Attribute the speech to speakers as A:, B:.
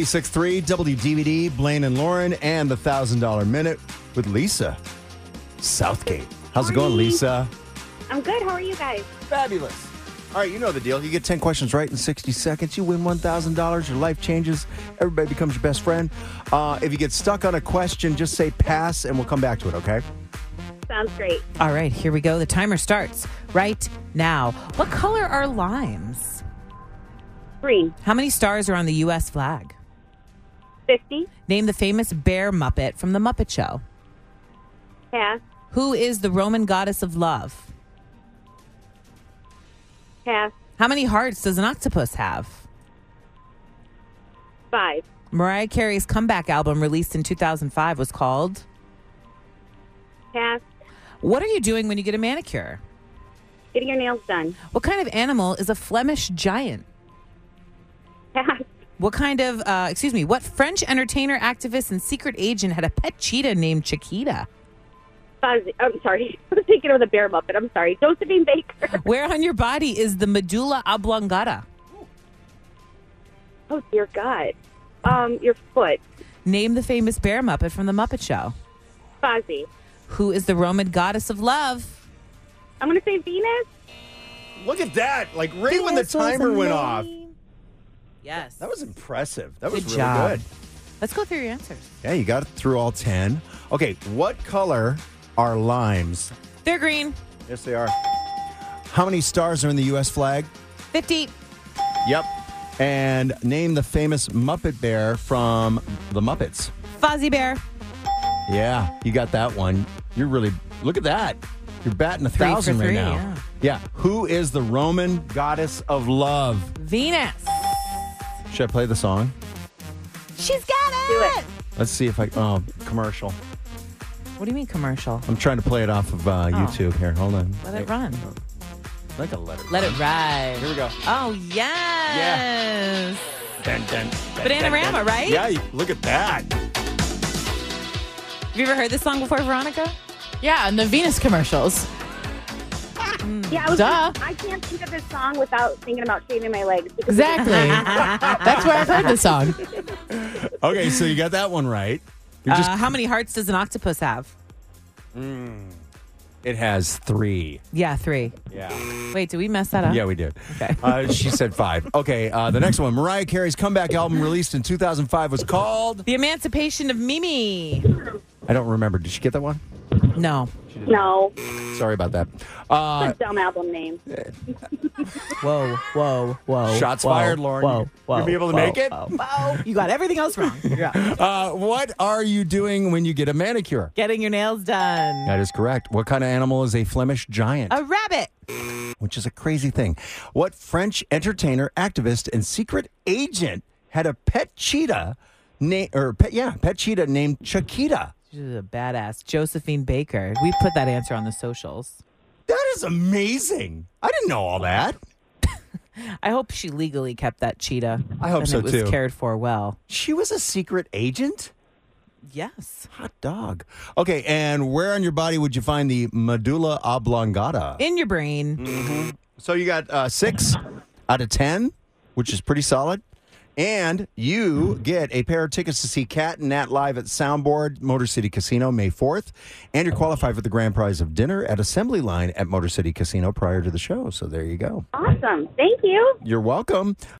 A: 96.3 WDVD, Blaine and Lauren, and the $1,000 Minute with Lisa Southgate. How's it going,
B: Morning.
A: Lisa?
B: I'm good. How are you guys?
A: Fabulous. All right, you know the deal. You get 10 questions right in 60 seconds. You win $1,000. Your life changes. Everybody becomes your best friend. Uh, if you get stuck on a question, just say pass and we'll come back to it, okay?
B: Sounds great.
C: All right, here we go. The timer starts right now. What color are limes?
B: Green.
C: How many stars are on the U.S. flag?
B: 50.
C: Name the famous bear Muppet from The Muppet Show.
B: Pass.
C: Who is the Roman goddess of love?
B: Pass.
C: How many hearts does an octopus have?
B: Five.
C: Mariah Carey's comeback album released in 2005 was called
B: Pass.
C: What Are You Doing When You Get a Manicure?
B: Getting your nails done.
C: What kind of animal is a Flemish giant?
B: Pass.
C: What kind of, uh, excuse me, what French entertainer, activist, and secret agent had a pet cheetah named Chiquita?
B: Fuzzy. Oh, I'm sorry. I was thinking of the bear muppet. I'm sorry. Josephine Baker.
C: Where on your body is the medulla oblongata?
B: Oh, dear God. Um, your foot.
C: Name the famous bear Muppet from The Muppet Show.
B: Fuzzy.
C: Who is the Roman goddess of love?
B: I'm going to say Venus.
A: Look at that. Like, right when the
C: Venus was
A: timer
C: a
A: went off.
C: name. Yes.
A: That was impressive. That was
C: Good
A: really
C: job.
A: good.
C: Let's go through your answers.
A: Yeah, you got through all 10. Okay, what color are limes?
C: They're green.
A: Yes, they are. How many stars are in the U.S. flag?
C: 50.
A: Yep. And name the famous Muppet Bear from The Muppets.
C: Fuzzy bear.
A: Yeah, you got that one. You're really, look at that. You're batting a
C: for
A: thousand right
C: three,
A: now.
C: yeah.
A: yeah. Who is the Roman goddess of love?
C: Venus.
A: Should I play the song?
C: She's got it.
B: Do
A: Let's see if I, oh, commercial.
C: What do you mean commercial?
A: I'm trying to play it off of uh, YouTube here. Hold on.
C: Oh. Let it run.
A: Like a letter.
C: Let it ride.
A: Here we go.
C: Oh, yes.
A: Dun, dun, dun,
C: Bananarama,
A: dun, dun.
C: right?
A: Yeah, you- look at that.
C: Have you ever heard this song before, Veronica?
D: Yeah, and the Venus commercials.
B: Yeah, I was.
D: Duh.
B: I can't think of this song without thinking about shaving my legs. because it's
D: Exactly. That's where I've heard the song.
A: Okay, so you got that one right. You're just,
C: uh, how many hearts does an octopus have?
A: it has three.
C: Yeah, three.
A: Yeah.
C: Wait, did we mess that up?
A: Yeah, we did.
C: Okay.
A: Uh, she said five. Okay, uh, the next one. Mariah Carey's comeback album released in 2005 was called.
C: The Emancipation of Mimi.
A: I don't remember. Did she get that one?
C: No.
B: No.
A: Sorry about that. Uh,
B: It's a dumb album name.
C: Whoa, whoa, whoa.
A: Shots
C: whoa,
A: fired, Lauren.
C: Whoa, whoa.
A: You'll be able to
C: whoa,
A: make it?
C: Whoa, whoa. You got everything else wrong. Yeah.
A: uh, what are you doing when you get a manicure?
C: Getting your nails done.
A: That is correct. What kind of animal is a Flemish giant?
C: A rabbit.
A: which is a crazy thing. What French entertainer, activist, and secret agent had a pet cheetah, na- or pet, yeah, pet cheetah named Chiquita?
C: She's a badass. Josephine Baker. We put that answer on the socials.
A: That is amazing. I didn't know all that.
C: I hope she legally kept that cheetah.
A: I hope
C: and
A: so,
C: it was
A: too.
C: cared for well.
A: She was a secret agent?
C: Yes.
A: Hot dog. Okay, and where on your body would you find the medulla oblongata?
C: In your brain.
A: So you got uh, six out of ten, which is pretty solid. And you get a pair of tickets to see Cat and Nat live at Soundboard Motor City Casino May 4th. And you're qualified for the grand prize of dinner at Assembly Line at Motor City Casino prior to the show. So there you go.
B: Awesome. Thank you.
A: You're welcome.